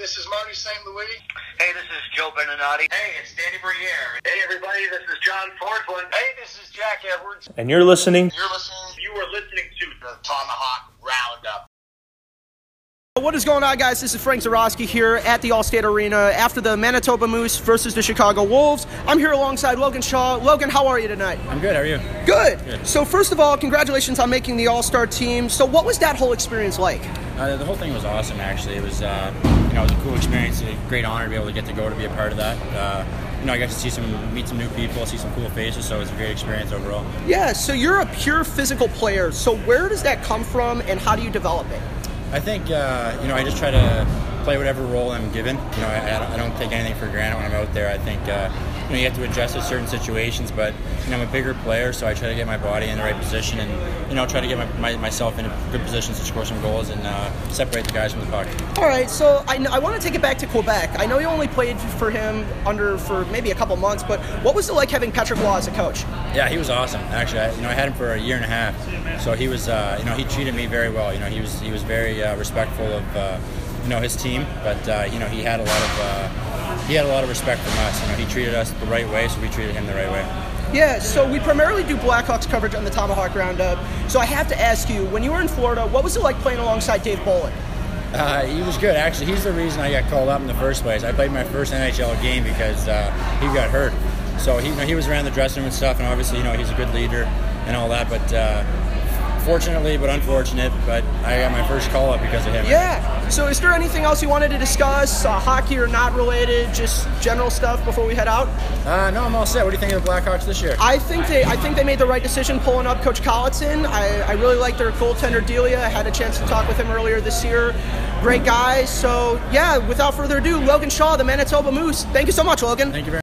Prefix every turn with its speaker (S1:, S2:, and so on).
S1: This is Marty St. Louis.
S2: Hey, this is Joe Beninati.
S3: Hey, it's Danny Briere.
S4: Hey, everybody, this is John Fortland.
S5: Hey, this is Jack Edwards.
S6: And you're listening.
S3: You're listening. You are listening to the Tomahawk Roundup.
S7: What is going on, guys? This is Frank Zarowski here at the Allstate Arena after the Manitoba Moose versus the Chicago Wolves. I'm here alongside Logan Shaw. Logan, how are you tonight?
S8: I'm good. How are you?
S7: Good. good. So, first of all, congratulations on making the All Star team. So, what was that whole experience like?
S8: Uh, the whole thing was awesome. Actually, it was uh, you know it was a cool experience, a great honor to be able to get to go to be a part of that. Uh, you know, I got to see some, meet some new people, see some cool faces. So it was a great experience overall.
S7: Yeah. So you're a pure physical player. So where does that come from, and how do you develop it?
S8: I think uh, you know I just try to play whatever role I'm given. You know, I, I don't take anything for granted when I'm out there. I think uh, you know you have to adjust to certain situations, but you know I'm a bigger player, so I try to get my body in the right position and you know try to get my, my, myself in good positions to score some goals and uh, separate the guys from the puck.
S7: All right, so I, I want to take it back to Quebec. I know you only played for him under for maybe a couple months, but what was it like having Patrick Law as a coach?
S8: Yeah, he was awesome. Actually, I, you know I had him for a year and a half, so he was uh, you know he treated me very well. You know he was he was very uh, respectful of uh, you know his team, but uh, you know he had a lot of uh, he had a lot of respect from us. You know he treated us the right way, so we treated him the right way.
S7: Yeah, so we primarily do Blackhawks coverage on the Tomahawk Roundup. So I have to ask you, when you were in Florida, what was it like playing alongside Dave Bolin?
S8: Uh, he was good, actually. He's the reason I got called up in the first place. I played my first NHL game because uh, he got hurt. So he, you know, he was around the dressing room and stuff, and obviously, you know, he's a good leader and all that. But uh, fortunately but unfortunate, but I got my first call up because of him.
S7: Yeah. So, is there anything else you wanted to discuss, uh, hockey or not related, just general stuff before we head out?
S8: Uh, no, I'm all set. What do you think of the Blackhawks this year?
S7: I think they, I think they made the right decision pulling up Coach Colleton. I, I really like their goaltender Delia. I had a chance to talk with him earlier this year. Great guy. So, yeah. Without further ado, Logan Shaw, the Manitoba Moose. Thank you so much, Logan.
S8: Thank you very.